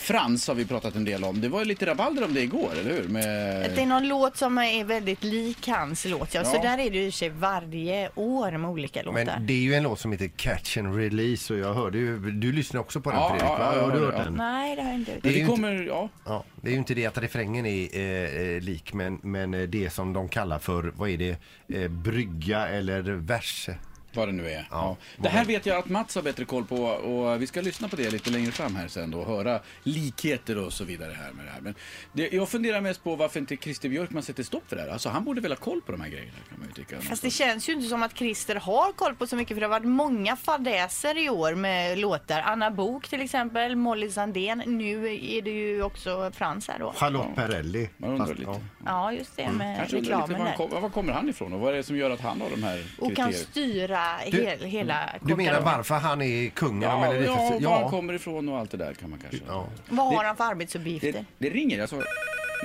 Frans har vi pratat en del om. Det var ju lite rabalder om det igår, eller hur? Med... Det är någon låt som är väldigt lik hans låt. Ja. Så Ja. där är det ju i och för sig varje år med olika låtar. Men det är ju en låt som heter Catch and Release och jag hörde ju, du lyssnar också på den Ja, Fredrik ja, va? ja, jag Har du hörde, hört ja. den? Nej, det har jag inte gjort. är Det ju inte- kommer, ja. Ja, det är ju inte det att refrängen är eh, eh, lik men, men eh, det som de kallar för, vad är det, eh, brygga eller vers. Vad det nu är. Ja. Det vad här det- vet jag att Mats har bättre koll på och vi ska lyssna på det lite längre fram här sen då och höra likheter och så vidare här med det här. Men det, jag funderar mest på varför inte Christer Björkman sätter stopp för det här. Alltså han borde väl ha koll på de här grejerna kan man ju tycka. Fast det känns ju inte som att Christer har koll på så mycket för det har varit många fadäser i år med låtar. Anna Bok till exempel, Molly Sandén. Nu är det ju också Frans här då. Charlotte Perrelli. Man undrar lite. ja. Ja, just det med Kanske undrar lite reklamen var, han där. kom, var kommer han ifrån och vad är det som gör att han har de här Och kan kriterierna? styra Du- hel, hela Du menar kockarna. varför han är kungen av Ja, ja, Melodifestivalen? var han kommer ifrån och allt det där kan man kanske. Ja. Vad har Det- han för arbetsuppgifter? Det, det ringer alltså.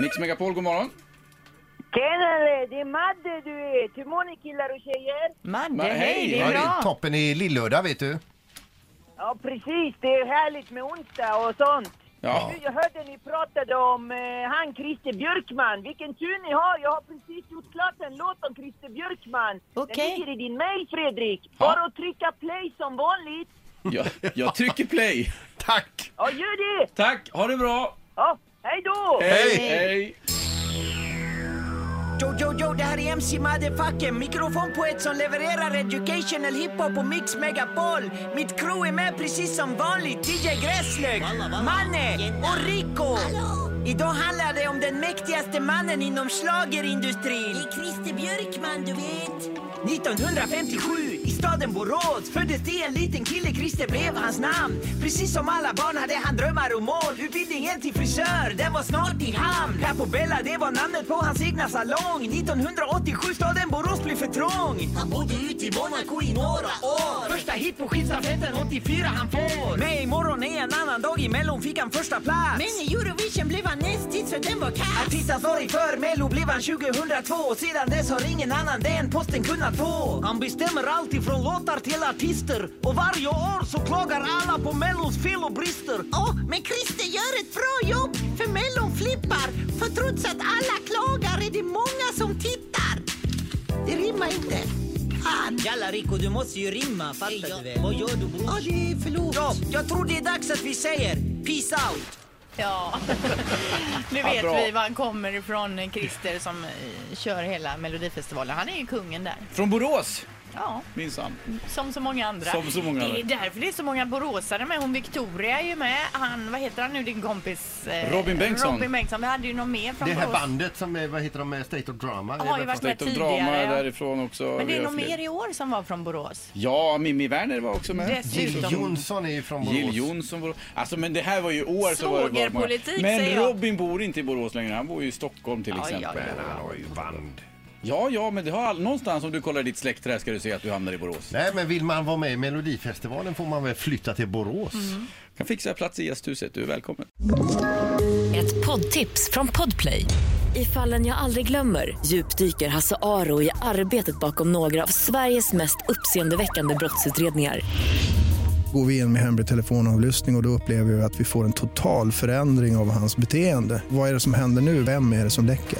Mix Megapol, god morgon. Tjenare, det är Madde du är. Hur mår ni killar och tjejer? Madde, Ma- hej, hej, det Ja, är det är bra. toppen i Lillördag vet du. Ja precis, det är härligt med onsdag och sånt. Ja. Du, jag hörde ni pratade om eh, han Christer Björkman. Vilken tur ni har, jag har precis gjort klart en låt om Christer Björkman. Den Okej. ligger i din mail Fredrik. Ja. Bara att trycka play som vanligt. Jag, jag trycker play. Tack! Ja, gör det! Tack, ha det bra. Ja, hej då! Hej! Hej. Hej. Jo, jo, jo, det här är MC Motherfucking, mikrofonpoet som levererar educational hiphop och mix megapol. Mitt crew är med precis som vanligt, DJ Gräslök, Manne och Rico. Idag handlar det om den mäktigaste mannen inom schlagerindustrin. Det är Christer Björkman, du vet. 1957 i staden Borås föddes det en liten kille, Christer blev hans namn. Precis som alla barn hade han drömmar och mål. Utbildningen till frisör, den var snart i hamn. Här på Bella, det var namnet på hans egna salong. 1987 staden Borås blev för trång. Han bodde ute i Monaco i några år. Första hit på skidstafetten 84 han får. Med imorgon är en annan dag, i Mellon fick han första plats. Men i Eurovision blev han näst sist för den var kass. Artistansvarig för Mello blev han 2002 och sedan dess har ingen annan den posten kunnat få. Han bestämmer allt ifrån låtar till artister och varje år så klagar alla på Mellos fel och brister. Åh, men Christer gör ett bra jobb för Mellon flippar. För trots att alla klagar är det många som tittar. Det rimmar inte. Fan. Jalla Rico, du måste ju rimma, fattar du väl? Vad gör du bror? Ja, det är förlåt. Ja, jag tror det är dags att vi säger peace out. Ja, nu Ja, vet bra. vi var han kommer ifrån, eh, Christer som eh, kör hela Melodifestivalen. Han är ju kungen där. Från Borås, Ja, minsann. som så många andra. Som så många Det är därför det är så många boråsare med. Hon Victoria är ju med. Han, vad heter han nu, din kompis? eh, Robin Bengtsson. Robin Bengtsson. Vi hade ju någon mer från Det här Borås. bandet som, är- vad heter de, eh, State of Drama? Har ju varit med State of tidigare. Drama ja. därifrån också. Men det Vi är har nog fler. mer i år som var från Borås. Ja, Mimmi Werner var också med. Dessutom. Jill Johnson är ju från Borås. Jill Johnson. var- Alltså men det här var ju år så var det bara Svågerpolitik, Men säger jag. Robin bor inte i Borås längre, han bor ju i Stockholm till Ja, exempel. ja, Han har ju band. Ja, ja, men det har all... någonstans om du kollar i ditt släktträd ska du se att du hamnar i Borås. Nej men vill man vara med i Melodifestivalen får man väl flytta till Borås. kan fixa plats i gästhuset, du är välkommen. Ett poddtips från Podplay. I fallen jag aldrig glömmer djupdyker Hasse Aro i arbetet bakom några av Sveriges mest uppseendeväckande brottsutredningar. Går vi in med hemlig telefonavlyssning och, och då upplever vi att vi får en total förändring av hans beteende. Vad är det som händer nu? Vem är det som läcker?